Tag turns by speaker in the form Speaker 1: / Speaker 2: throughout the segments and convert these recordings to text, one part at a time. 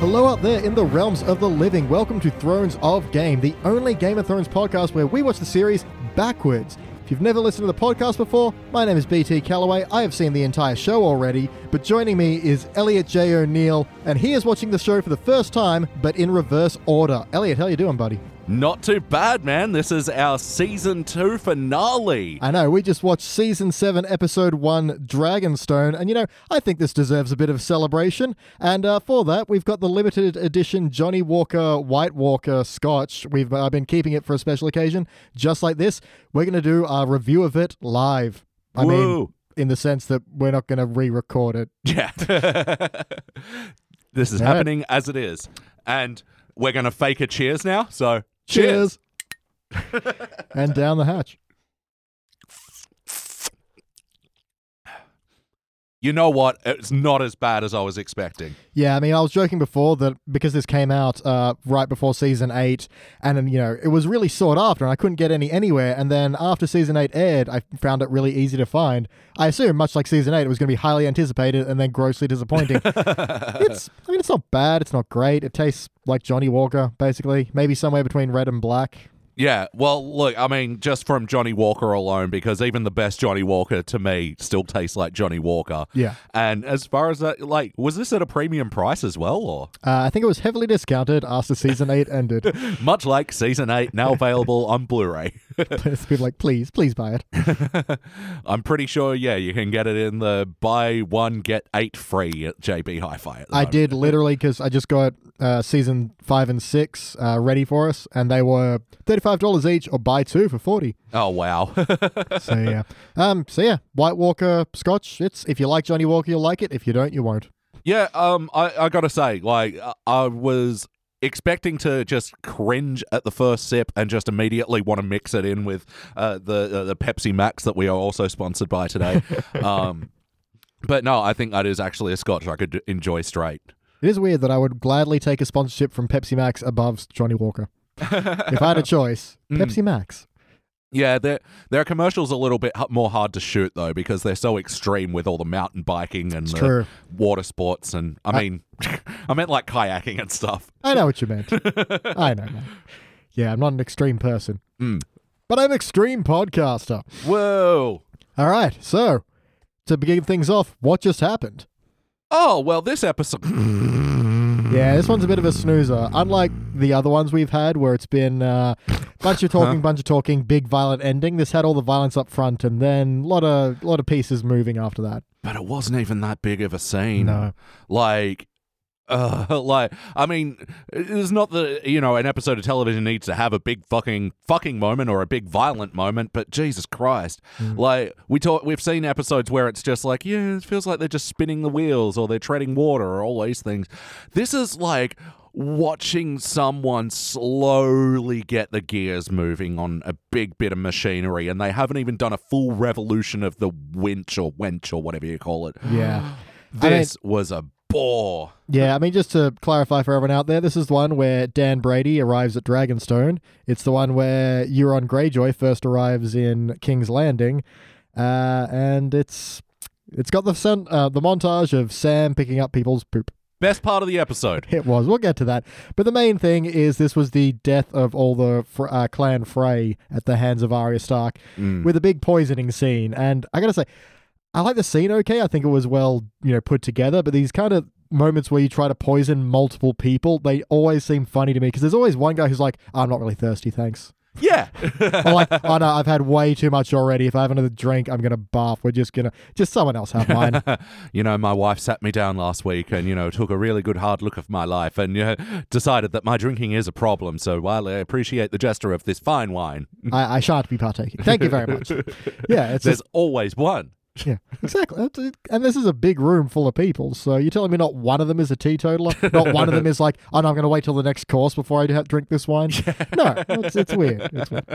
Speaker 1: Hello out there in the realms of the living. Welcome to Thrones of Game, the only Game of Thrones podcast where we watch the series backwards. If you've never listened to the podcast before, my name is BT Calloway. I have seen the entire show already, but joining me is Elliot J. O'Neill, and he is watching the show for the first time, but in reverse order. Elliot, how you doing, buddy?
Speaker 2: Not too bad, man. This is our season two finale.
Speaker 1: I know, we just watched season 7, episode 1, Dragonstone, and you know, I think this deserves a bit of celebration. And uh, for that, we've got the limited edition Johnny Walker White Walker Scotch. We've uh, been keeping it for a special occasion, just like this. We're going to do our review of it live. I mean,
Speaker 2: Woo.
Speaker 1: in the sense that we're not going to re record it.
Speaker 2: Yeah. this is
Speaker 1: All right.
Speaker 2: happening as it is. And we're going to fake a cheers now. So,
Speaker 1: Cheers! and down the hatch.
Speaker 2: You know what? It's not as bad as I was expecting.
Speaker 1: Yeah, I mean, I was joking before that because this came out uh, right before season eight, and then, you know it was really sought after, and I couldn't get any anywhere. And then after season eight aired, I found it really easy to find. I assume, much like season eight, it was going to be highly anticipated and then grossly disappointing. it's, I mean, it's not bad. It's not great. It tastes like Johnny Walker, basically, maybe somewhere between red and black.
Speaker 2: Yeah. Well, look, I mean, just from Johnny Walker alone, because even the best Johnny Walker to me still tastes like Johnny Walker.
Speaker 1: Yeah.
Speaker 2: And as far as that, like, was this at a premium price as well? Or
Speaker 1: Uh, I think it was heavily discounted after season eight ended.
Speaker 2: much like season eight, now available on Blu ray.
Speaker 1: it's been like, please, please buy it.
Speaker 2: I'm pretty sure, yeah, you can get it in the buy one get eight free at JB Hi-Fi. At the
Speaker 1: I
Speaker 2: moment.
Speaker 1: did literally because I just got uh, season five and six uh, ready for us, and they were thirty-five dollars each, or buy two for forty.
Speaker 2: Oh wow,
Speaker 1: So yeah, um, so yeah, White Walker Scotch. It's if you like Johnny Walker, you'll like it. If you don't, you won't.
Speaker 2: yeah. Um, I I gotta say, like, I, I was expecting to just cringe at the first sip and just immediately want to mix it in with uh, the uh, the Pepsi Max that we are also sponsored by today. um, but no, I think that is actually a Scotch I could enjoy straight.
Speaker 1: It is weird that I would gladly take a sponsorship from Pepsi Max above Johnny Walker. if I had a choice, Pepsi Max.
Speaker 2: Yeah, their their commercials a little bit h- more hard to shoot though because they're so extreme with all the mountain biking and the
Speaker 1: true.
Speaker 2: water sports and I mean, I meant like kayaking and stuff.
Speaker 1: I know what you meant. I know. Man. Yeah, I'm not an extreme person, but I'm an extreme podcaster.
Speaker 2: Whoa!
Speaker 1: All right, so to begin things off, what just happened?
Speaker 2: Oh well, this episode.
Speaker 1: Yeah, this one's a bit of a snoozer. Unlike the other ones we've had, where it's been uh, bunch of talking, bunch of talking, big violent ending. This had all the violence up front, and then a lot of lot of pieces moving after that.
Speaker 2: But it wasn't even that big of a scene.
Speaker 1: No.
Speaker 2: Like, uh, like I mean, it's not that you know an episode of television needs to have a big fucking fucking moment or a big violent moment, but Jesus Christ, like we talk, we've seen episodes where it's just like, yeah, it feels like they're just spinning the wheels or they're treading water or all these things. This is like watching someone slowly get the gears moving on a big bit of machinery and they haven't even done a full revolution of the winch or wench or whatever you call it.
Speaker 1: Yeah, I mean-
Speaker 2: This was a bore.
Speaker 1: yeah. I mean, just to clarify for everyone out there, this is the one where Dan Brady arrives at Dragonstone. It's the one where Euron Greyjoy first arrives in King's Landing, uh, and it's it's got the son, uh, the montage of Sam picking up people's poop.
Speaker 2: Best part of the episode.
Speaker 1: It was. We'll get to that. But the main thing is this was the death of all the Fr- uh, clan Frey at the hands of Arya Stark with a big poisoning scene. And I gotta say, I like the scene. Okay, I think it was well, you know, put together. But these kind of moments where you try to poison multiple people, they always seem funny to me because there's always one guy who's like, "I'm not really thirsty, thanks."
Speaker 2: Yeah.
Speaker 1: or like, "Oh no, I've had way too much already. If I have another drink, I'm gonna barf. We're just gonna just someone else have mine."
Speaker 2: you know, my wife sat me down last week and, you know, took a really good hard look of my life and uh, decided that my drinking is a problem. So while I appreciate the gesture of this fine wine,
Speaker 1: I, I shan't be partaking. Thank you very much. Yeah, it's
Speaker 2: there's always one.
Speaker 1: Yeah, exactly. That's it. And this is a big room full of people. So you're telling me not one of them is a teetotaler? Not one of them is like, oh, no, I'm going to wait till the next course before I ha- drink this wine? No, it's, it's weird. It's weird.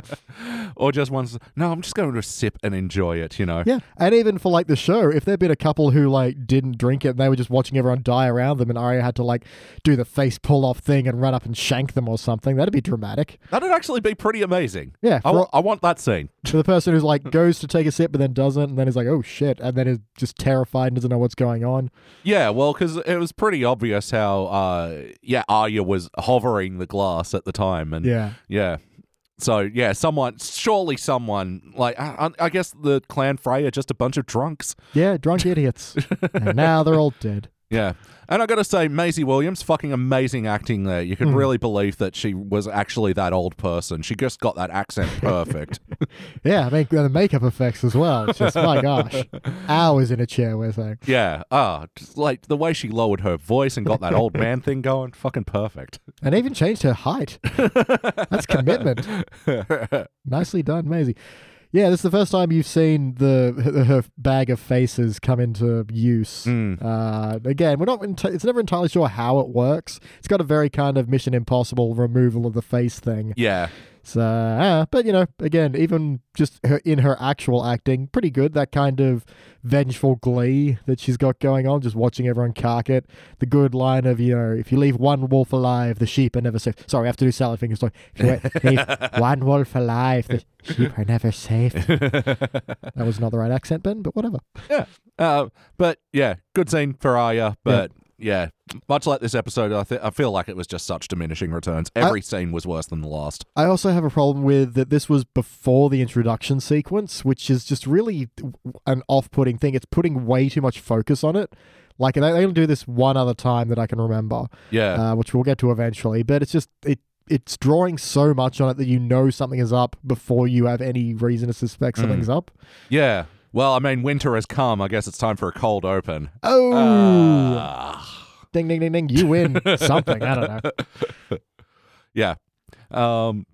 Speaker 2: Or just one's, no, I'm just going to sip and enjoy it, you know.
Speaker 1: Yeah. And even for like the show, if there'd been a couple who like didn't drink it and they were just watching everyone die around them and Arya had to like do the face pull off thing and run up and shank them or something, that'd be dramatic.
Speaker 2: That'd actually be pretty amazing.
Speaker 1: Yeah,
Speaker 2: I
Speaker 1: for-
Speaker 2: wa- I want that scene.
Speaker 1: To the person who's like goes to take a sip but then doesn't and then is like, oh shit," and then is just terrified and doesn't know what's going on.
Speaker 2: Yeah, well, because it was pretty obvious how, uh, yeah, Arya was hovering the glass at the time, and
Speaker 1: Yeah,
Speaker 2: yeah. So yeah, someone, surely someone, like I, I I guess the clan Frey are just a bunch of drunks.
Speaker 1: yeah, drunk idiots. and now they're all dead.
Speaker 2: Yeah, and I got to say, Maisie Williams, fucking amazing acting there. You could really believe that she was actually that old person. She just got that accent perfect.
Speaker 1: Yeah, I mean and the makeup effects as well. It's just my gosh, hours in a chair. We're saying,
Speaker 2: yeah, ah, just like the way she lowered her voice and got that old man thing going, fucking perfect.
Speaker 1: and even changed her height. That's commitment. Nicely done, Maisie. Yeah, this is the first time you've seen the her- her bag of faces come into use.
Speaker 2: Mm.
Speaker 1: Uh, again, we're not. Enti- it's never entirely sure how it works. It's got a very kind of Mission Impossible removal of the face thing.
Speaker 2: Yeah,
Speaker 1: So, uh, but you know, again, even just her in her actual acting, pretty good. That kind of vengeful glee that she's got going on, just watching everyone cark it. The good line of you know, if you leave one wolf alive, the sheep are never safe. Sorry, I have to do salad fingers. Sorry, if you leave one wolf alive, the sheep are never safe. that was not the right accent, Ben, but whatever.
Speaker 2: yeah. Uh, but yeah, good scene for Arya. But yeah, much like this episode, I, th- I feel like it was just such diminishing returns. Every scene was worse than the last.
Speaker 1: I also have a problem with that this was before the introduction sequence, which is just really an off putting thing. It's putting way too much focus on it. Like, and they they only do this one other time that I can remember,
Speaker 2: Yeah,
Speaker 1: uh, which we'll get to eventually, but it's just, it. It's drawing so much on it that you know something is up before you have any reason to suspect something's up.
Speaker 2: yeah. Well, I mean, winter has come. I guess it's time for a cold open.
Speaker 1: Oh,
Speaker 2: Ah.
Speaker 1: ding, ding, ding, ding! You win something. I don't know.
Speaker 2: yeah. Um.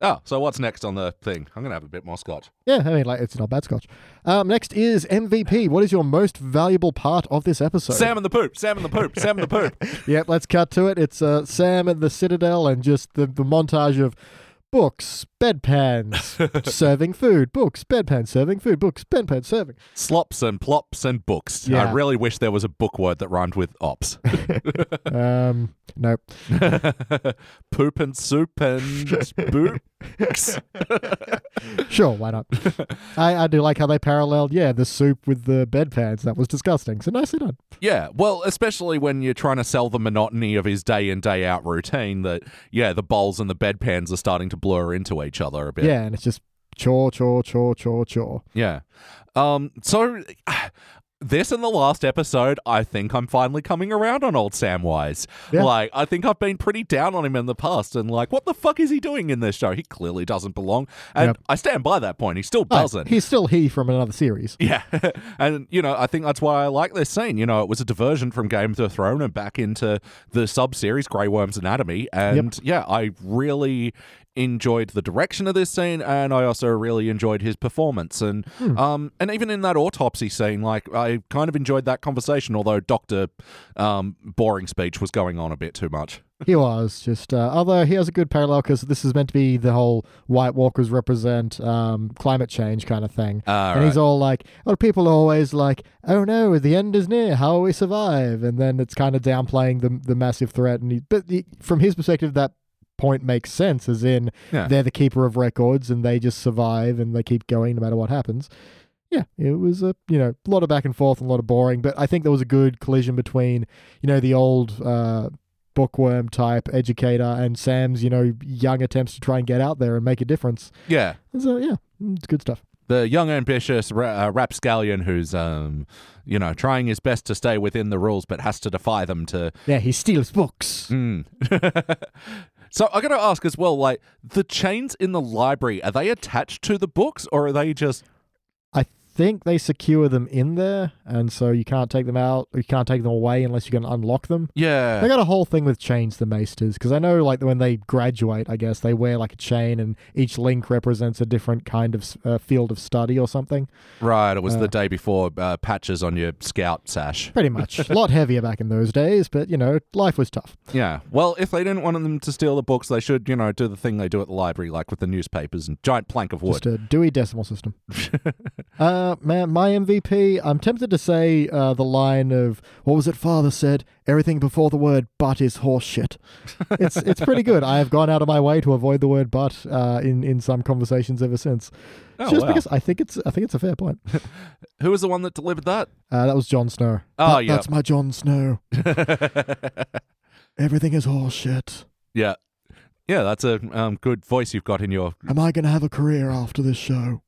Speaker 2: Oh, so what's next on the thing? I'm gonna have a bit more scotch.
Speaker 1: Yeah, I mean, like it's not bad scotch. Um, next is MVP. What is your most valuable part of this episode?
Speaker 2: Sam and the poop. Sam and the poop. Sam and the poop.
Speaker 1: Yep, let's cut to it. It's uh, Sam at the Citadel and just the, the montage of books, bedpans, serving food, books, bedpans, serving food, books, bedpans, serving.
Speaker 2: Slops and plops and books. I
Speaker 1: Yeah.
Speaker 2: really wish there was a book word that rhymed with ops.
Speaker 1: Um, nope.
Speaker 2: poop and soup and books.
Speaker 1: Sure, why not? I, I do like how they paralleled, yeah, the soup with the bedpans. That was disgusting. So nicely done.
Speaker 2: Yeah, well, especially when you're trying to sell the monotony of his day in day out routine that yeah, the bowls and the bedpans are starting to blur into each other a bit.
Speaker 1: Yeah, and it's just chore, chore, chore, chore, chore.
Speaker 2: Yeah. Um so this and the last episode, I think I'm finally coming around on old Samwise.
Speaker 1: Yeah.
Speaker 2: Like, I think I've been pretty down on him in the past and like, what the fuck is he doing in this show? He clearly doesn't belong. And
Speaker 1: Yep.
Speaker 2: I stand by that point. He still
Speaker 1: Oh,
Speaker 2: doesn't.
Speaker 1: He's still he from another series.
Speaker 2: Yeah. and, you know, I think that's why I like this scene. You know, it was a diversion from Game of the Throne and back into the sub series Grey Worm's Anatomy. And yeah, I really enjoyed the direction of this scene and I also really enjoyed his performance. And
Speaker 1: Hmm.
Speaker 2: um and even in that autopsy scene, like I kind of enjoyed that conversation, although Doctor um boring speech was going on a bit too much.
Speaker 1: He was just, uh, although he has a good parallel because this is meant to be the whole White Walkers represent um, climate change kind of thing.
Speaker 2: Ah,
Speaker 1: and he's
Speaker 2: right.
Speaker 1: all like, "Oh, people are always like, oh no, the end is near. How will we survive?" And then it's kind of downplaying the the massive threat. And he, but the, from his perspective, that point makes sense, as in
Speaker 2: Yeah.
Speaker 1: they're the keeper of records and they just survive and they keep going no matter what happens. Yeah, it was a you know a lot of back and forth and a lot of boring, but I think there was a good collision between you know the old. Uh, bookworm type educator and sam's you know young attempts to try and get out there and make a difference
Speaker 2: Yeah.
Speaker 1: and so yeah it's good stuff
Speaker 2: the young ambitious ra- uh, rapscallion who's um you know trying his best to stay within the rules but has to defy them to
Speaker 1: yeah he steals books
Speaker 2: Mm. so i gotta ask as well like the chains in the library are they attached to the books or are they just
Speaker 1: I think they secure them in there, and so you can't take them out. You can't take them away unless you can unlock them. They
Speaker 2: yeah
Speaker 1: got a whole thing with chains, the maesters, because I know like when they graduate, I guess they wear like a chain, and each link represents a different kind of uh, field of study or something.
Speaker 2: right it was the day before uh, patches on your scout sash
Speaker 1: Pretty much, a lot heavier back in those days, but you know, life was tough.
Speaker 2: yeah well if they didn't want them to steal the books they should you know do the thing they do at the library like with the newspapers and giant plank of wood
Speaker 1: Just a Dewey Decimal System. uh, uh, man, my MVP. I'm tempted to say uh, the line of what was it? Father said everything before the word "but" is horseshit. It's it's pretty good. I have gone out of my way to avoid the word "but" uh, in in some conversations ever since,
Speaker 2: Oh,
Speaker 1: just
Speaker 2: wow.
Speaker 1: because I think it's I think it's a fair point.
Speaker 2: Who was the one that delivered that?
Speaker 1: Uh, that was Jon Snow.
Speaker 2: Oh,
Speaker 1: That-
Speaker 2: yeah.
Speaker 1: that's my Jon Snow. Everything is horseshit.
Speaker 2: yeah. Yeah, that's a um, good voice you've got in your.
Speaker 1: Am I going to have a career after this show?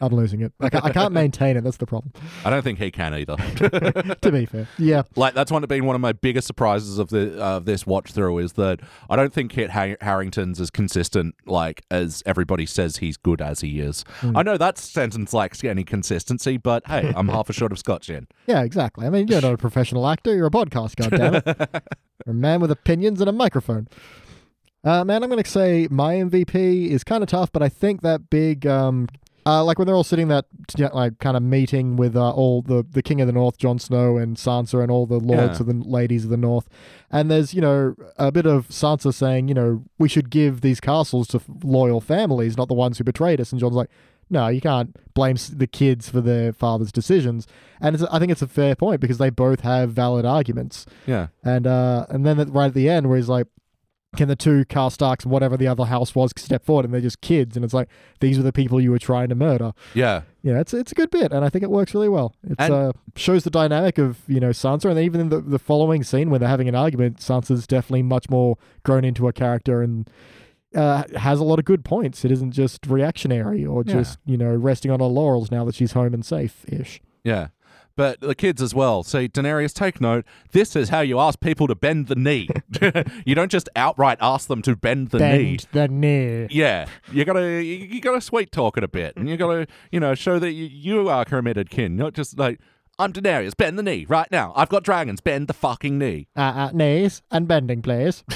Speaker 1: I'm losing it. I can't, I can't maintain it. That's the problem.
Speaker 2: I don't think he can either.
Speaker 1: To be fair, yeah.
Speaker 2: like that's one been one of my biggest surprises of the of this watch through is that I don't think Kit Har- Harrington's as consistent like as everybody says he's good as he is. I know that sentence lacks any consistency, but hey, I'm half a shot of Scotch in.
Speaker 1: Yeah, exactly. I mean, you're not a professional actor. You're a podcast, goddammit. you're a man with opinions and a microphone. Uh, man, I'm going to say my MVP is kind of tough, but I think that big, um, uh, like when they're all sitting that yeah, like kind of meeting with uh, all the the King of the North, Jon Snow and Sansa, and all the lords
Speaker 2: Yeah.
Speaker 1: of the ladies of the North, and there's you know a bit of Sansa saying, you know, we should give these castles to f- loyal families, not the ones who betrayed us, and Jon's like. No, you can't blame s- the kids for their father's decisions, and it's, I think it's a fair point because they both have valid arguments.
Speaker 2: Yeah.
Speaker 1: And uh, and then at- right at the end, where he's like, "Can the two Karstarks, whatever the other house was, step forward?" And they're just kids, and it's like these were the people you were trying to murder.
Speaker 2: Yeah.
Speaker 1: Yeah, it's it's a good bit, and I think it works really well. It
Speaker 2: And-
Speaker 1: uh, shows the dynamic of you know Sansa, and even in the, the following scene where they're having an argument, Sansa's definitely much more grown into a character and. Uh, has a lot of good points. It isn't just reactionary or
Speaker 2: Yeah.
Speaker 1: just you know resting on her laurels now that she's home and safe ish.
Speaker 2: Yeah. But the kids as well. See, Daenerys, take note. This is how you ask people to bend the knee. you don't just outright ask them to bend the knee.
Speaker 1: Bend the knee.
Speaker 2: Yeah, you gotta you, you gotta sweet talk it a bit, and you gotta you know show that you, you are committed kin, not just like I'm Daenerys, bend the knee right now. I've got dragons, bend the fucking knee.
Speaker 1: Uh, uh, knees and bending, please.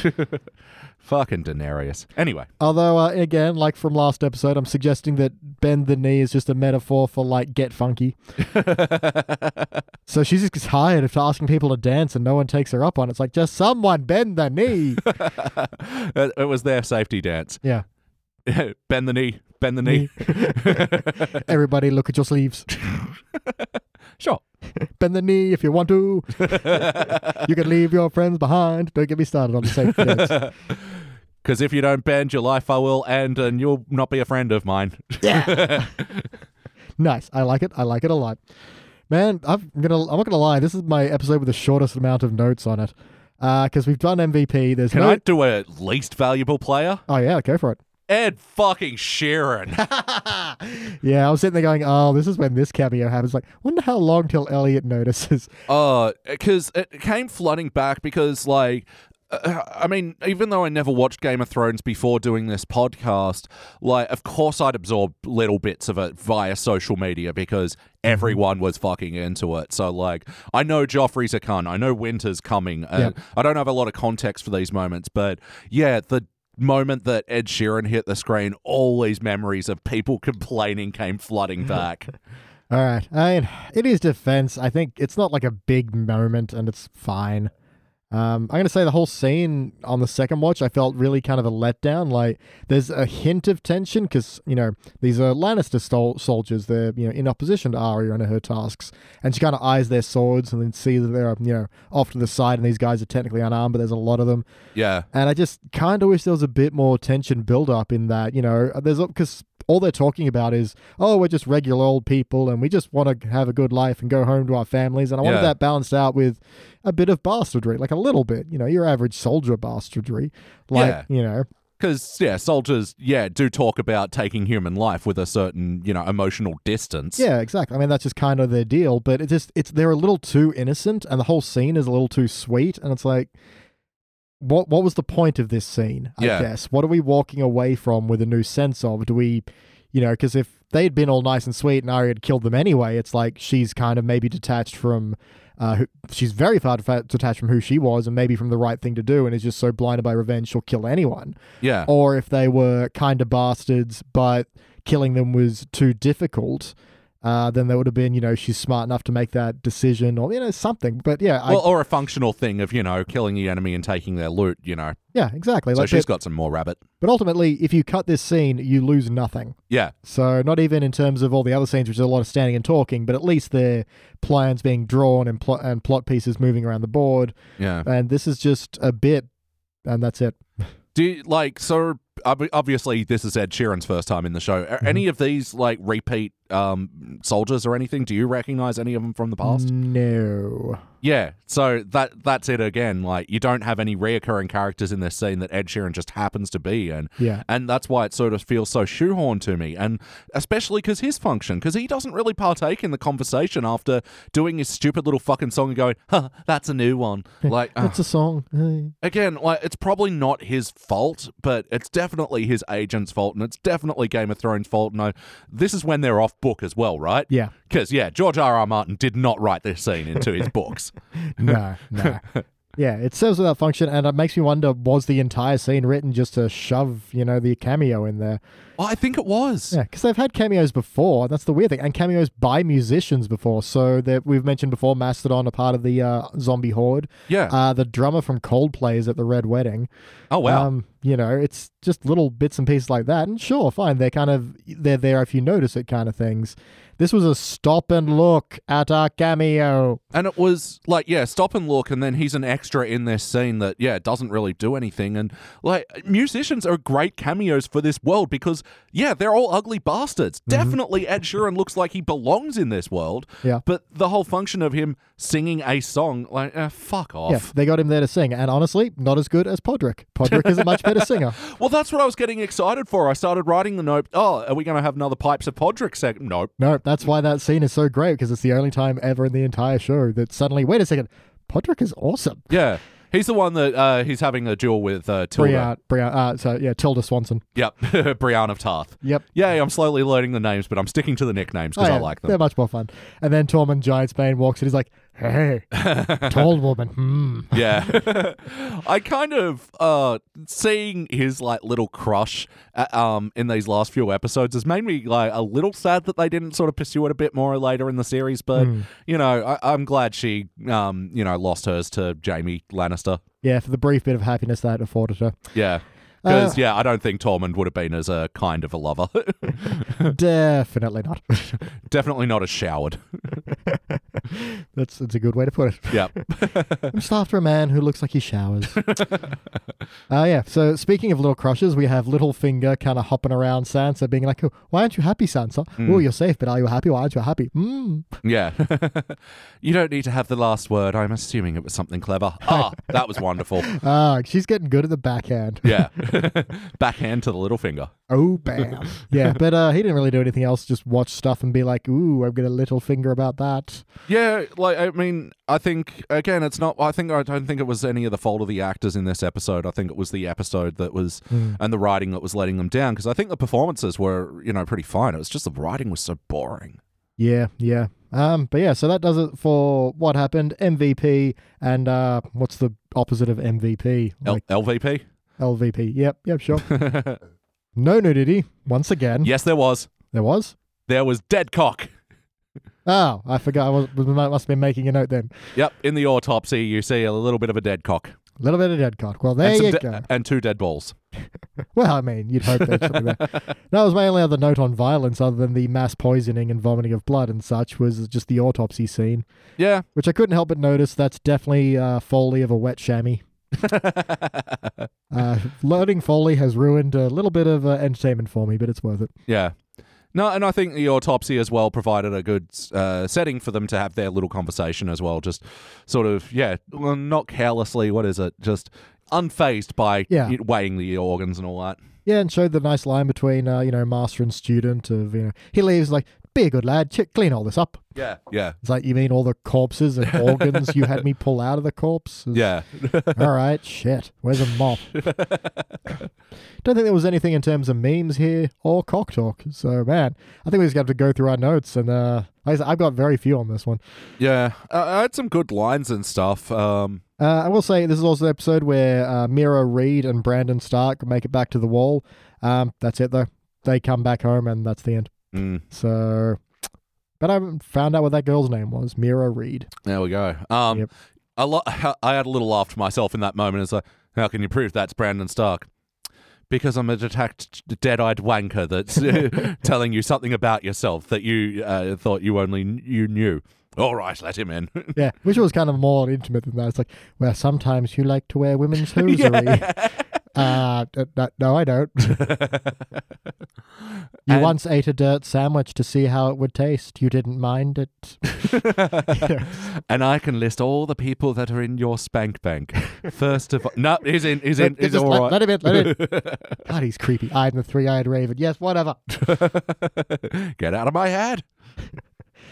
Speaker 2: Fucking Daenerys. Anyway,
Speaker 1: Although, uh, again, like from last episode, I'm suggesting that bend the knee is just a metaphor for like get funky. so she's just tired of asking people to dance and no one takes her up on it. It's like, just someone bend the knee.
Speaker 2: uh, it, it was their safety dance.
Speaker 1: yeah.
Speaker 2: bend the knee, bend the knee.
Speaker 1: Everybody, look at your sleeves.
Speaker 2: sure.
Speaker 1: Bend the knee if you want to. you can leave your friends behind. Don't get me started on the safety dance.
Speaker 2: Because if you don't bend your life, I will end, and you'll not be a friend of mine.
Speaker 1: Nice. I like it. I like it a lot. Man, I'm gonna. I'm not gonna lie. This is my episode with the shortest amount of notes on it, because we've done MVP. There's
Speaker 2: Can
Speaker 1: no.
Speaker 2: I do a least valuable player?
Speaker 1: Oh yeah, go for it.
Speaker 2: Ed fucking Sheeran.
Speaker 1: Yeah, I was sitting there going, "Oh, this is when this cameo happens." Like, wonder how long till Elliot notices.
Speaker 2: Uh, because it came flooding back because, like, uh, I mean, even though I never watched Game of Thrones before doing this podcast, like, of course I'd absorb little bits of it via social media because everyone was fucking into it. So, like, I know Joffrey's a cunt. I know Winter's coming. And I don't have a lot of context for these moments, but yeah, the moment that Ed Sheeran hit the screen, all these memories of people complaining came flooding back.
Speaker 1: All right, I mean, in his defense, I think it's not like a big moment, and it's fine. Um, I'm gonna say the whole scene on the second watch, I felt really kind of a letdown. Like, there's a hint of tension because you know these are Lannister sol- soldiers. They're you know in opposition to Arya and her tasks, and she kind of eyes their swords and then sees that they're you know off to the side, and these guys are technically unarmed, but there's a lot of them.
Speaker 2: yeah.
Speaker 1: And I just kind of wish there was a bit more tension build up in that, you know, uh, there's because all they're talking about is, oh, we're just regular old people and we just want to have a good life and go home to our families. And I wanted
Speaker 2: Yeah.
Speaker 1: that balanced out with a bit of bastardry, like a little bit, you know, your average soldier bastardry. Like,
Speaker 2: Yeah.
Speaker 1: you know,
Speaker 2: because yeah, soldiers yeah do talk about taking human life with a certain you know emotional distance.
Speaker 1: Yeah, exactly. I mean, that's just kind of their deal. But it just it's they're a little too innocent, and the whole scene is a little too sweet, and it's like. What, what was the point of this scene? I
Speaker 2: Yeah.
Speaker 1: guess. What are we walking away from with a new sense of? Do we, you know, because if they'd been all nice and sweet and Arya had killed them anyway, it's like she's kind of maybe detached from, uh, who, she's very far defa- detached from who she was and maybe from the right thing to do and is just so blinded by revenge she'll kill anyone
Speaker 2: yeah,
Speaker 1: or if they were kind of bastards, but killing them was too difficult uh, then there would have been, you know, she's smart enough to make that decision or, you know, something. But yeah, I,
Speaker 2: Well, or a functional thing of, you know, killing the enemy and taking their loot, you know.
Speaker 1: yeah, exactly.
Speaker 2: So
Speaker 1: Like,
Speaker 2: she's
Speaker 1: but,
Speaker 2: got some more rabbit.
Speaker 1: but ultimately, if you cut this scene, you lose nothing.
Speaker 2: Yeah.
Speaker 1: So not even in terms of all the other scenes, which is a lot of standing and talking, but at least their plans being drawn and, pl- and plot pieces moving around the board.
Speaker 2: Yeah.
Speaker 1: And this is just a bit, and that's it.
Speaker 2: Do you, like so ob- obviously this is Ed Sheeran's first time in the show. Are
Speaker 1: Mm-hmm.
Speaker 2: any of these like repeat um soldiers or anything? Do you recognize any of them from the past?
Speaker 1: No.
Speaker 2: Yeah. So that that's it again. Like you don't have any reoccurring characters in this scene that Ed Sheeran just happens to be in.
Speaker 1: Yeah.
Speaker 2: And that's why it sort of feels so shoehorned to me, and especially because his function, because he doesn't really partake in the conversation after doing his stupid little fucking song and going, "Huh, that's a new one." Like, ugh.
Speaker 1: It's a song. Hey.
Speaker 2: again, like it's probably not his fault, but it's definitely his agent's fault, and it's definitely Game of Thrones' fault. And I, this is when they're off book as well, right?
Speaker 1: Yeah.
Speaker 2: Because yeah, George R. R. Martin did not write this scene into his books.
Speaker 1: No, no. Yeah, it serves without function, and it makes me wonder: was the entire scene written just to shove, you know, the cameo in there?
Speaker 2: Well, I think it was.
Speaker 1: Yeah, because they've had cameos before. That's the weird thing, and cameos by musicians before. So that we've mentioned before, Mastodon are part of the uh, Zombie Horde.
Speaker 2: Yeah.
Speaker 1: Uh, the drummer from Coldplay is at the Red Wedding.
Speaker 2: oh wow.
Speaker 1: Um, you know, it's just little bits and pieces like that. And sure, fine, they're kind of they're there if you notice it, kind of things. This was a stop and look at our cameo.
Speaker 2: And it was like, yeah, stop and look, and then he's an extra in this scene that, yeah, doesn't really do anything. And like, musicians are great cameos for this world because, yeah, they're all ugly bastards.
Speaker 1: Mm-hmm.
Speaker 2: Definitely Ed Sheeran looks like he belongs in this world.
Speaker 1: Yeah.
Speaker 2: But the whole function of him singing a song, like, uh, fuck
Speaker 1: Yeah,
Speaker 2: off.
Speaker 1: they got him there to sing, and honestly, not as good as Podrick. Podrick is a much better singer.
Speaker 2: Well, that's what I was getting excited for. I started writing the note. Oh, are we going to have another Pipes of Podrick segment? Nope.
Speaker 1: No, that's why that scene is so great because it's the only time ever in the entire show that suddenly, wait a second, Podrick is awesome.
Speaker 2: Yeah. He's the one that uh, he's having a duel with uh, Tilda.
Speaker 1: Brian, Brian, uh, so yeah, Tilda Swanson.
Speaker 2: Yep. Brian of Tarth.
Speaker 1: Yep.
Speaker 2: Yay, I'm slowly learning the names, but I'm sticking to the nicknames because
Speaker 1: Oh,
Speaker 2: I
Speaker 1: yeah,
Speaker 2: like
Speaker 1: They're
Speaker 2: them.
Speaker 1: much more fun. And then Tormund Giantsbane walks in. He's like, hey, tall woman. Hmm.
Speaker 2: Yeah. I kind of uh seeing his like little crush uh, um in these last few episodes has made me like a little sad that they didn't sort of pursue it a bit more later in the series, but
Speaker 1: Hmm.
Speaker 2: you know, I- I'm glad she um, you know, lost hers to Jamie Lannister.
Speaker 1: Yeah, for the brief bit of happiness that afforded her.
Speaker 2: Yeah. Because
Speaker 1: Uh,
Speaker 2: yeah, I don't think Tormund would have been as a kind of a lover.
Speaker 1: Definitely not.
Speaker 2: Definitely not as showered.
Speaker 1: that's, that's a good way to put it.
Speaker 2: Yep.
Speaker 1: I'm just after a man who looks like he showers. uh, yeah, so speaking of little crushes, we have Littlefinger kind of hopping around Sansa being like, "Oh, why aren't you happy, Sansa? Oh, you're safe, but are you happy? Why aren't you happy? Mm.
Speaker 2: Yeah. you don't need to have the last word. I'm assuming it was something clever. Ah, that was wonderful.
Speaker 1: Ah, she's getting good at the backhand.
Speaker 2: Yeah. Backhand to the little finger.
Speaker 1: Oh, bam. yeah, but uh, he didn't really do anything else, just watch stuff and be like, ooh, I've got a little finger about that.
Speaker 2: Yeah, like I mean, I think again, it's not. I think I don't think it was any of the fault of the actors in this episode. I think it was the episode that was and the writing that was letting them down. Because I think the performances were, you know, pretty fine. It was just the writing was so boring.
Speaker 1: Yeah, yeah. Um, but yeah, so that does it for what happened. MVP and uh, what's the opposite of MVP?
Speaker 2: L-
Speaker 1: Like
Speaker 2: LVP.
Speaker 1: LVP. Yep, yep, sure. no nudity once again.
Speaker 2: yes, there was.
Speaker 1: There was.
Speaker 2: There was dead cock.
Speaker 1: Oh, I forgot. I was, must have been making a note then.
Speaker 2: Yep, in the autopsy, you see a little bit of a dead cock
Speaker 1: A little bit of dead cock. Well, there
Speaker 2: and, some
Speaker 1: you
Speaker 2: de-
Speaker 1: go.
Speaker 2: and two dead balls.
Speaker 1: Well, I mean, you'd hope they'd something there. That was my only other note on violence, other than the mass poisoning and vomiting of blood and such, was just the autopsy scene,
Speaker 2: Yeah,
Speaker 1: which I couldn't help but notice. That's definitely uh, Foley of a wet chamois. Uh, learning Foley has ruined a little bit of uh, entertainment for me, but it's worth it.
Speaker 2: Yeah. No, and I think the autopsy as well provided a good uh, setting for them to have their little conversation as well. Just sort of, yeah, well, not carelessly. What is it? Just unfazed by
Speaker 1: Yeah.
Speaker 2: it weighing the organs and all that.
Speaker 1: Yeah, and showed the nice line between uh, you know master and student of you know he leaves like be a good lad, ch- clean all this up.
Speaker 2: Yeah, yeah,
Speaker 1: It's like you mean all the corpses and organs you had me pull out of the corpse. It's-
Speaker 2: yeah.
Speaker 1: All right, shit. Where's a mop? Don't think there was anything in terms of memes here or cock talk. So man, I think we just have to go through our notes and uh, like I said, I've got very few on this one.
Speaker 2: yeah. Uh, I had some good lines and stuff. Um,
Speaker 1: Uh, I will say this is also the episode where uh, Mira Reed and Brandon Stark make it back to the wall.
Speaker 2: hmm.
Speaker 1: Um, that's it though. They come back home and that's the end.
Speaker 2: mm,
Speaker 1: So But I haven't found out what that girl's name was. Mira Reed.
Speaker 2: There we go. Um,
Speaker 1: Yep.
Speaker 2: I, lo- I had a little laugh to myself in that moment. It's like, how can you prove that's Brandon Stark? Because I'm a detached, dead-eyed wanker that's telling you something about yourself that you uh, thought you only kn- you knew. All right, let him in.
Speaker 1: Yeah, which was kind of more intimate than that. It's like, well, sometimes you like to wear women's hosiery. uh, d- d- no, I don't. you
Speaker 2: And-
Speaker 1: once ate a dirt sandwich to see how it would taste. You didn't mind it.
Speaker 2: and I can list all the people that are in your spank bank. First of all, no, he's in, he's in,
Speaker 1: Let-
Speaker 2: he's
Speaker 1: just
Speaker 2: all
Speaker 1: let-
Speaker 2: right.
Speaker 1: let him in, let him in. God, he's creepy. I and the three-eyed raven. Yes, whatever.
Speaker 2: Get out of my head.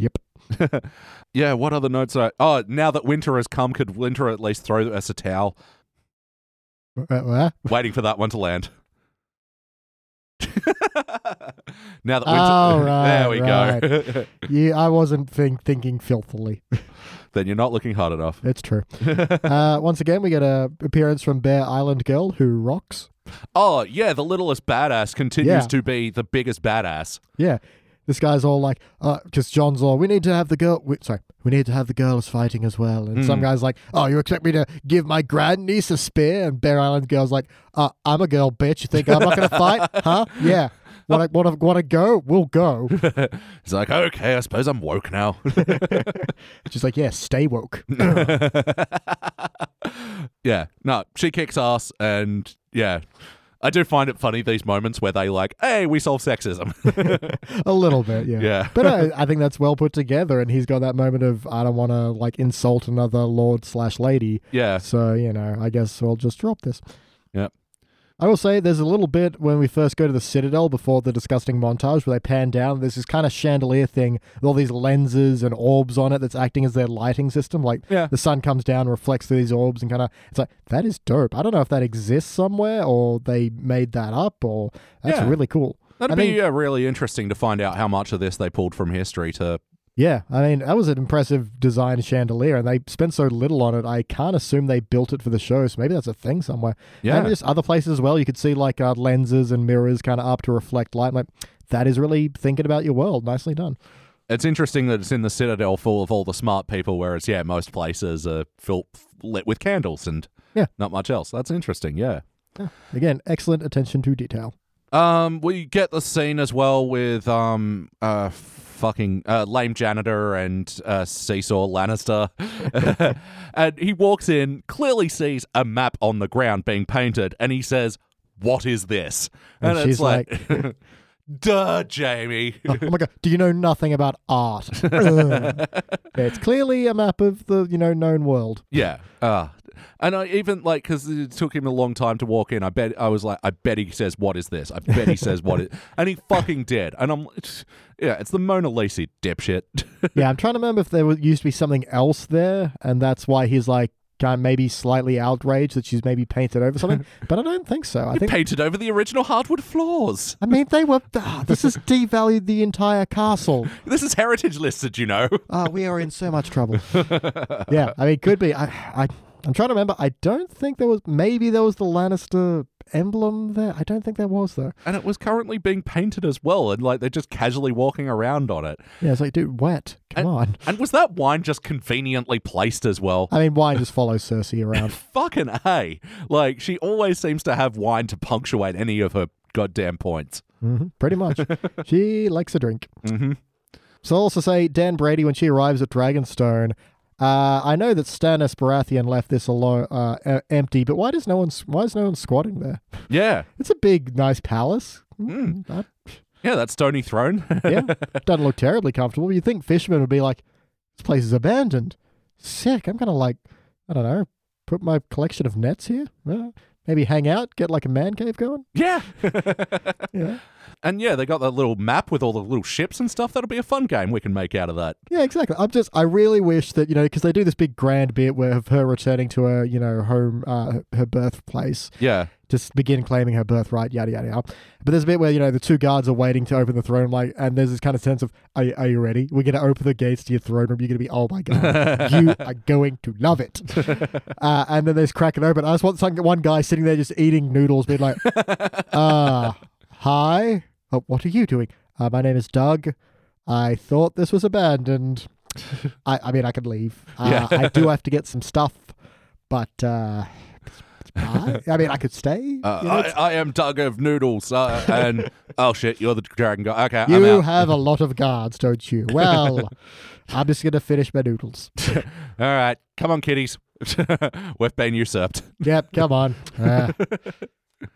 Speaker 1: Yep.
Speaker 2: yeah, what other notes are. Oh, now that winter has come, could winter at least throw us a towel?
Speaker 1: Uh, uh,
Speaker 2: Waiting for that one to land. now that winter.
Speaker 1: Oh, right,
Speaker 2: there we go.
Speaker 1: you, I wasn't think, thinking filthily.
Speaker 2: then you're not looking hard enough.
Speaker 1: It's true. uh, once again, we get a appearance from Bear Island Girl, who rocks.
Speaker 2: Oh, yeah, the littlest badass continues
Speaker 1: Yeah.
Speaker 2: to be the biggest badass.
Speaker 1: Yeah. This guy's all like, because John's all, we need to have the girl. We, sorry, we need to have the girls fighting as well. And some guy's like, oh, you expect me to give my grandniece a spear? And Bear Island Girl's like, uh, I'm a girl, bitch. You think I'm not going to fight? Huh? Yeah. Want to wanna, wanna go? We'll go.
Speaker 2: He's like, okay, I suppose I'm woke now.
Speaker 1: She's like, yeah, stay woke.
Speaker 2: yeah, no, she kicks ass, and yeah, I do find it funny these moments where they like, hey, we solve sexism.
Speaker 1: a little bit, yeah.
Speaker 2: Yeah.
Speaker 1: But I, I think that's well put together. And he's got that moment of, I don't want to like insult another lord slash lady.
Speaker 2: yeah,
Speaker 1: So, you know, I guess I'll just drop this.
Speaker 2: Yep.
Speaker 1: I will say there's a little bit when we first go to the Citadel before the disgusting montage where they pan down. There's this kind of chandelier thing with all these lenses and orbs on it that's acting as their lighting system. Like
Speaker 2: Yeah.
Speaker 1: the sun comes down, reflects through these orbs, and kind of it's like that is dope. I don't know if that exists somewhere or they made that up or that's
Speaker 2: Yeah.
Speaker 1: really cool.
Speaker 2: that'd
Speaker 1: I
Speaker 2: be
Speaker 1: mean-
Speaker 2: uh, really interesting to find out how much of this they pulled from history to.
Speaker 1: Yeah, I mean that was an impressive design chandelier, and they spent so little on it. I can't assume they built it for the show, so maybe that's a thing somewhere.
Speaker 2: Yeah.
Speaker 1: and just other places as well. You could see like uh, lenses and mirrors kind of up to reflect light. Like that is really thinking about your world. Nicely done.
Speaker 2: It's interesting that it's in the Citadel full of all the smart people, whereas yeah, most places are filled lit with candles and
Speaker 1: Yeah.
Speaker 2: not much else. That's interesting. Yeah.
Speaker 1: Again, excellent attention to detail.
Speaker 2: Um, we get the scene as well with um, uh, fucking uh, lame janitor and uh, Seesaw Lannister, and he walks in, clearly sees a map on the ground being painted, and he says, "What is this?"
Speaker 1: And she's
Speaker 2: "Duh, Jamie."
Speaker 1: Oh, oh my god, do you know nothing about art? Ugh. it's clearly a map of the you know known world.
Speaker 2: Yeah. Uh, and I even like because it took him a long time to walk in. I bet I was like, I bet he says, "What is this?" I bet he says, "What is," and he fucking did. And I'm, yeah, it's the Mona Lisa, dipshit.
Speaker 1: yeah, I'm trying to remember if there was, used to be something else there, and that's why he's like kind of maybe slightly outraged that she's maybe painted over something. but I don't think so. I think.
Speaker 2: painted over the original hardwood floors.
Speaker 1: I mean, they were. ah, this has devalued the entire castle.
Speaker 2: This is heritage listed, you know.
Speaker 1: Ah, we are in so much trouble. yeah, I mean, could be. I, I, I'm trying to remember. I don't think there was. Maybe there was the Lannister emblem there. I don't think there was though.
Speaker 2: And it was currently being painted as well, and like they're just casually walking around on it.
Speaker 1: Yeah, it's like, dude, wet. Come on.
Speaker 2: And was that wine just conveniently placed as well?
Speaker 1: I mean, why just follow Cersei around?
Speaker 2: Fucking hey. Like she always seems to have wine to punctuate any of her goddamn points.
Speaker 1: hmm pretty much. she likes a drink. Mm-hmm. So I'll also say, Dan Brady, when she arrives at Dragonstone, uh, I know that Stannis Baratheon left this alone, uh, e- empty, but why does no one? Why is no one squatting there?
Speaker 2: Yeah.
Speaker 1: It's a big, nice palace. Mm, That-
Speaker 2: Yeah, that stony throne.
Speaker 1: yeah, doesn't look terribly comfortable. You'd think fishermen would be like, this place is abandoned. Sick. I'm gonna like, I don't know, put my collection of nets here. Uh, maybe hang out, get like a man cave going.
Speaker 2: yeah.
Speaker 1: Yeah,
Speaker 2: And yeah, they got that little map with all the little ships and stuff. That'll be a fun game we can make out of that.
Speaker 1: yeah, exactly. I'm just, I really wish that you know, because they do this big grand bit where of her returning to her, you know, home, uh, her birthplace.
Speaker 2: Yeah.
Speaker 1: Just begin claiming her birthright, yada yada yada. But there's a bit where you know the two guards are waiting to open the throne, room, like, and there's this kind of sense of, are, you- are you ready? We're gonna open the gates to your throne room. You're gonna be, oh my god, you are going to love it. uh, and then there's cracking open. I just want some, one guy sitting there just eating noodles, being like, uh, hi, oh, what are you doing? Uh, my name is Doug. I thought this was abandoned. I, I mean, I could leave. Uh,
Speaker 2: Yeah.
Speaker 1: I do have to get some stuff, but uh, I, I mean, I could stay.
Speaker 2: Uh,
Speaker 1: you know, it's-
Speaker 2: I, I am Doug of Noodles, uh, and oh shit, you're the dragon guy. Okay, I'm
Speaker 1: you
Speaker 2: out.
Speaker 1: have a lot of guards, don't you? Well, I'm just gonna finish my noodles.
Speaker 2: All right, come on, kiddies. We've been usurped.
Speaker 1: Yep, come on. Ah.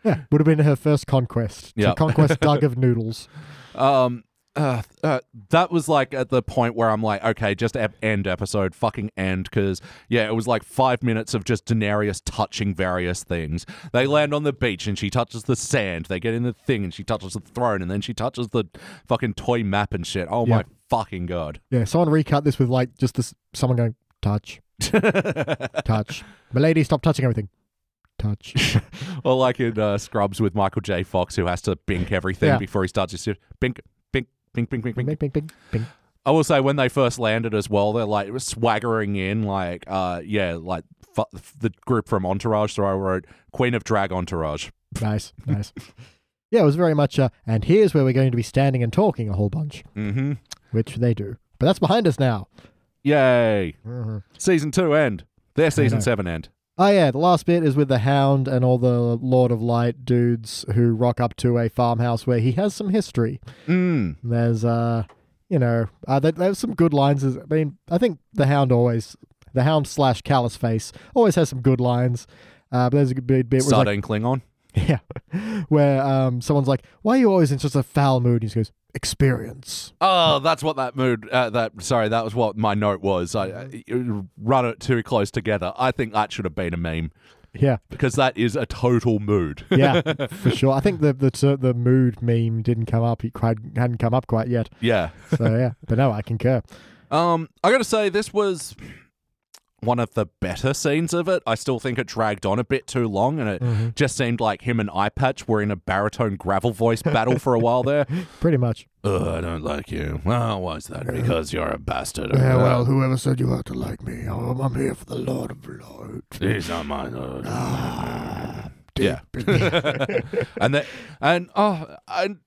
Speaker 1: yeah, would have been her first conquest. to
Speaker 2: Yep.
Speaker 1: conquest Doug of noodles.
Speaker 2: Um, uh, uh, that was like at the point where I'm like, okay, just ep- end episode, fucking end, because yeah, it was like five minutes of just Daenerys touching various things. They land on the beach and she touches the sand. They get in the thing and she touches the throne, and then she touches the fucking toy map and shit. Oh my
Speaker 1: Yeah.
Speaker 2: fucking god!
Speaker 1: Yeah, someone recut this with like just this someone going touch, touch. Milady, stop touching everything. Touch.
Speaker 2: Or like in uh, Scrubs with Michael J. Fox, who has to bink everything
Speaker 1: Yeah.
Speaker 2: before he starts his shift. Bink, bink, bink, bink, bink, bink.
Speaker 1: Bing, bing, bing, bing.
Speaker 2: I will say when they first landed as well, they're like swaggering in, like, uh, yeah, like fu- the group from Entourage. So I wrote Queen of Drag Entourage.
Speaker 1: Nice, nice. Yeah, it was very much. Uh, and here's where we're going to be standing and talking a whole bunch,
Speaker 2: Mm-hmm.
Speaker 1: which they do. But that's behind us now.
Speaker 2: Yay!
Speaker 1: Mhm.
Speaker 2: Season two end. Their season
Speaker 1: know.
Speaker 2: seven end.
Speaker 1: Oh yeah, the last bit is with the Hound and all the Lord of Light dudes who rock up to a farmhouse where he has some history.
Speaker 2: Mm.
Speaker 1: There's uh, you know, uh, there, there's some good lines. I mean, I think the Hound always, the Hound slash Callous Face always has some good lines. Uh, but there's a good bit, bit where,
Speaker 2: Sardine Klingon.
Speaker 1: it's like, yeah, where um, someone's like, "Why are you always in such a foul mood?" And he goes, "Experience."
Speaker 2: Oh, that's what that mood. Uh, that sorry, that was what my note was. I, I you run it too close together. I think that should have been a meme
Speaker 1: Yeah,
Speaker 2: because that is a total mood.
Speaker 1: yeah, for sure. I think the the ter- the mood meme didn't come up. It quite hadn't come up quite yet.
Speaker 2: yeah.
Speaker 1: So yeah, but no, I concur.
Speaker 2: Um, I gotta say, this was one of the better scenes of it. I still think it dragged on a bit too long, and it
Speaker 1: Mm-hmm.
Speaker 2: just seemed like him and Eye Patch were in a baritone gravel voice battle for a while there.
Speaker 1: Pretty much.
Speaker 2: Ugh, I don't like you. Well, why's that? Because you're a bastard.
Speaker 1: Yeah, well, whoever said you had to like me? I'm, I'm here for the Lord of Lords.
Speaker 2: he's not mine.
Speaker 1: Deep in the-
Speaker 2: Ah, and that and oh and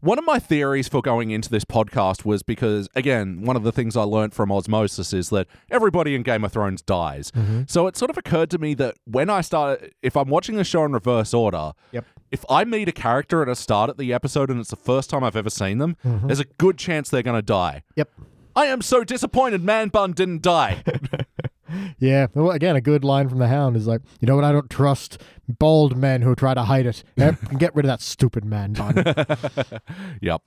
Speaker 2: one of my theories for going into this podcast was because again one of the things i learned from osmosis is that everybody in game of thrones dies so it sort of occurred to me that when i start if i'm watching the show in reverse order
Speaker 1: Yep.
Speaker 2: if i meet a character at a start at the episode and it's the first time i've ever seen them there's a good chance they're going to die
Speaker 1: Yep.
Speaker 2: i am so disappointed man bun didn't die
Speaker 1: Yeah. Well, again, a good line from the Hound is like, you know what? I don't trust bold men who try to hide it. Yep, Get rid of that stupid man bun.
Speaker 2: yep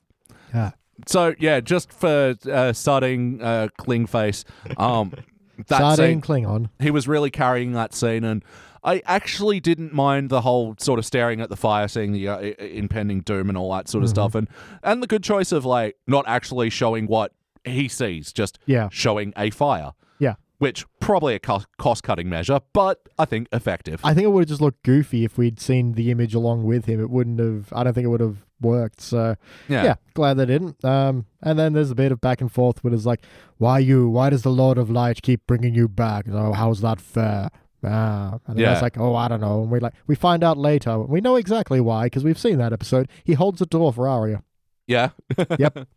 Speaker 1: Yeah.
Speaker 2: so yeah just for uh, starting uh, clingface um that
Speaker 1: Sardine
Speaker 2: scene-
Speaker 1: Klingon.
Speaker 2: he was really carrying that scene and I actually didn't mind the whole sort of staring at the fire, seeing the uh, i- impending doom and all that sort of
Speaker 1: Mm-hmm.
Speaker 2: stuff, and and the good choice of like not actually showing what he sees, just
Speaker 1: Yeah.
Speaker 2: showing a fire,
Speaker 1: Yeah.
Speaker 2: which probably a cost cutting measure, but I think effective.
Speaker 1: I think it would have just looked goofy if we'd seen the image along with him. It wouldn't have. I don't think it would have worked. So
Speaker 2: Yeah.
Speaker 1: yeah, glad they didn't. Um, and then there's a bit of back and forth where it's like, why you? Why does the Lord of Light keep bringing you back? Oh, how's that fair? Ah, and then
Speaker 2: Yeah.
Speaker 1: it's like, oh, I don't know. And we like we find out later. We know exactly why because we've seen that episode. He holds a door for Arya.
Speaker 2: yeah.
Speaker 1: Yep,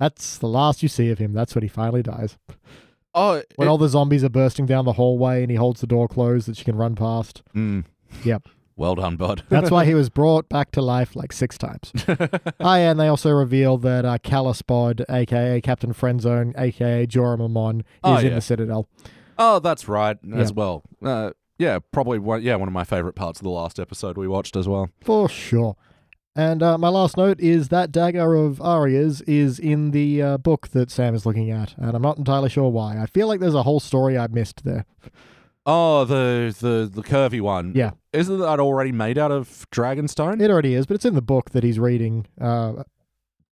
Speaker 1: that's the last you see of him. That's when he finally dies.
Speaker 2: Oh,
Speaker 1: When
Speaker 2: it-
Speaker 1: all the zombies are bursting down the hallway and he holds the door closed that she can run past.
Speaker 2: mm.
Speaker 1: Yep.
Speaker 2: Well done, bud.
Speaker 1: That's why he was brought back to life like six times. oh, yeah, and they also reveal that uh, Calispod, aka Captain Friendzone, aka Joram Amon, is
Speaker 2: Oh,
Speaker 1: in
Speaker 2: yeah.
Speaker 1: the Citadel.
Speaker 2: Oh, that's right as
Speaker 1: Yeah.
Speaker 2: well. Uh, yeah, probably one. Yeah, one of my favorite parts of the last episode we watched as well.
Speaker 1: For sure. And uh, my last note is that dagger of Arya's is in the uh, book that Sam is looking at, and I'm not entirely sure why. I feel like there's a whole story I missed there.
Speaker 2: Oh, the the the curvy one.
Speaker 1: Yeah.
Speaker 2: Isn't that already made out of Dragonstone?
Speaker 1: It already is, but it's in the book that he's reading. Uh,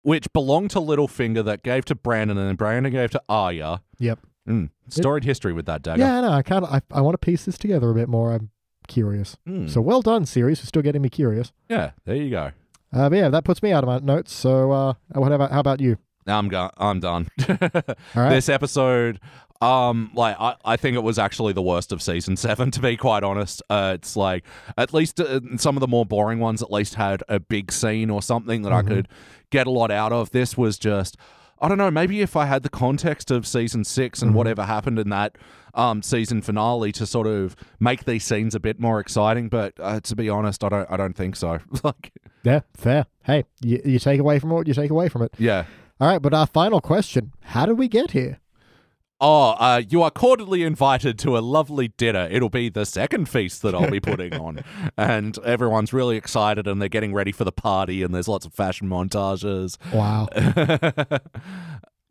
Speaker 2: Which belonged to Littlefinger that gave to Brandon and then Brandon gave to Arya.
Speaker 1: Yep.
Speaker 2: Mm. Storied history with that dagger.
Speaker 1: yeah, I know. I, kind of, I, I want to piece this together a bit more. I'm curious.
Speaker 2: Mm.
Speaker 1: So well done, series, for still getting me curious.
Speaker 2: yeah, there you go.
Speaker 1: Uh, but yeah, that puts me out of my notes. So uh, whatever. How about you?
Speaker 2: I'm go- I'm done.
Speaker 1: All right.
Speaker 2: This episode um like I, I think it was actually the worst of season 7 to be quite honest. Uh, it's like at least uh, some of the more boring
Speaker 1: Mm-hmm.
Speaker 2: ones at least had a big scene or something that I could get a lot out of. This was just I don't know, maybe if I had the context of season six
Speaker 1: Mm-hmm.
Speaker 2: and whatever happened in that um, season finale to sort of make these scenes a bit more exciting. But uh, to be honest, I don't, I don't think so. like,
Speaker 1: Yeah, fair. Hey, you, you take away from it, you take away from it.
Speaker 2: yeah.
Speaker 1: All right, but our final question How did we get here?
Speaker 2: Oh, uh, you are cordially invited to a lovely dinner. It'll be the second feast that I'll be putting on. And everyone's really excited and they're getting ready for the party, and there's lots of fashion montages.
Speaker 1: Wow.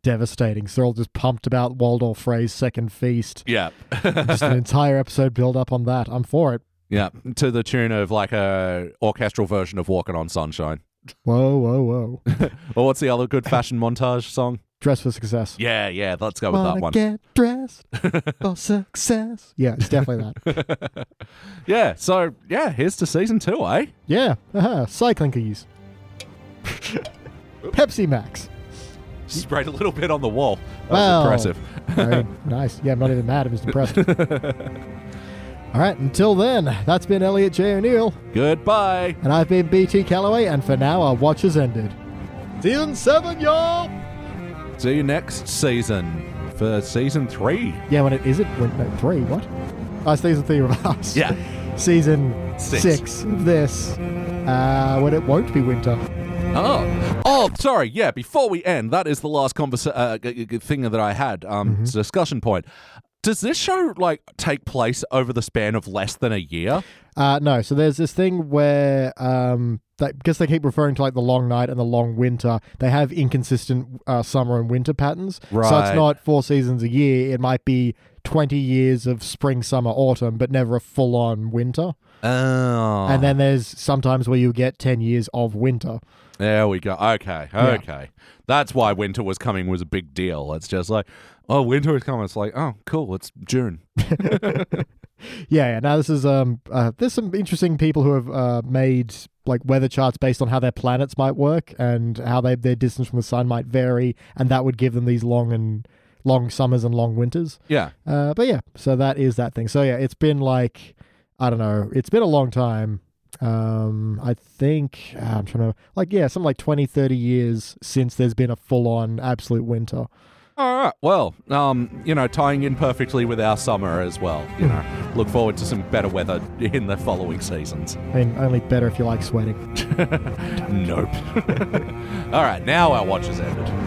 Speaker 1: Devastating. So they're all just pumped about Waldorf Frey's second feast.
Speaker 2: yeah.
Speaker 1: Just an entire episode build up on that. I'm for it.
Speaker 2: Yeah. To the tune of like a orchestral version of Walking on Sunshine.
Speaker 1: Whoa, whoa, whoa.
Speaker 2: Or what's the other good fashion montage song?
Speaker 1: Dress for success.
Speaker 2: Yeah, yeah, let's go with
Speaker 1: Wanna
Speaker 2: that one.
Speaker 1: get dressed for success. Yeah, it's definitely that.
Speaker 2: Yeah, so yeah, here's to season two, eh?
Speaker 1: Yeah, uh-huh. cycling cookies. Pepsi Max.
Speaker 2: Sprayed a little bit on the wall. That
Speaker 1: Wow.
Speaker 2: was impressive.
Speaker 1: I mean, nice. Yeah, I'm not even mad. I'm just impressed. All right, until then, that's been Elliot J. O'Neill,
Speaker 2: Goodbye.
Speaker 1: and I've been BT Calloway, and for now, our watch has ended. Season 7, y'all!
Speaker 2: See you next season for season three.
Speaker 1: Yeah, when it is it? When, no, 3, what? Oh, season 3 of us.
Speaker 2: Yeah.
Speaker 1: Season
Speaker 2: Six.
Speaker 1: 6 of this. Uh, when it won't be winter.
Speaker 2: Oh, oh, sorry. Yeah, before we end, that is the last conversa- uh, g- g- thing that I had. Um, it's a discussion point. Does this show like take place over the span of less than a year?
Speaker 1: Uh, no, so there's this thing where um, they, because they keep referring to like the long night and the long winter, they have inconsistent uh, summer and winter patterns. So it's
Speaker 2: Right.
Speaker 1: not four seasons a year. It might be 20 years of spring, summer, autumn, but never a full on winter.
Speaker 2: Oh,
Speaker 1: And then there's sometimes where you get 10 years of winter.
Speaker 2: there we go. Okay, okay. That's why winter was coming was a big deal. It's just like, oh, winter is coming. It's like, oh, cool. It's June.
Speaker 1: Yeah, yeah. Now this is um, uh, there's some interesting people who have uh, made like weather charts based on how their planets might work and how they their distance from the sun might vary, and that would give them these long and long summers and long winters.
Speaker 2: Yeah.
Speaker 1: Uh, but yeah, so that is that thing. So yeah, it's been like I don't know, it's been a long time. Um, I think ah, I'm trying to like yeah, something like 20, 30 years since there's been a full on absolute winter.
Speaker 2: All right. Well, um, you know, tying in perfectly with our summer as well. You know, look forward to some better weather in the following seasons.
Speaker 1: I mean, only better if you like sweating.
Speaker 2: Nope. All right. Now our watch is ended.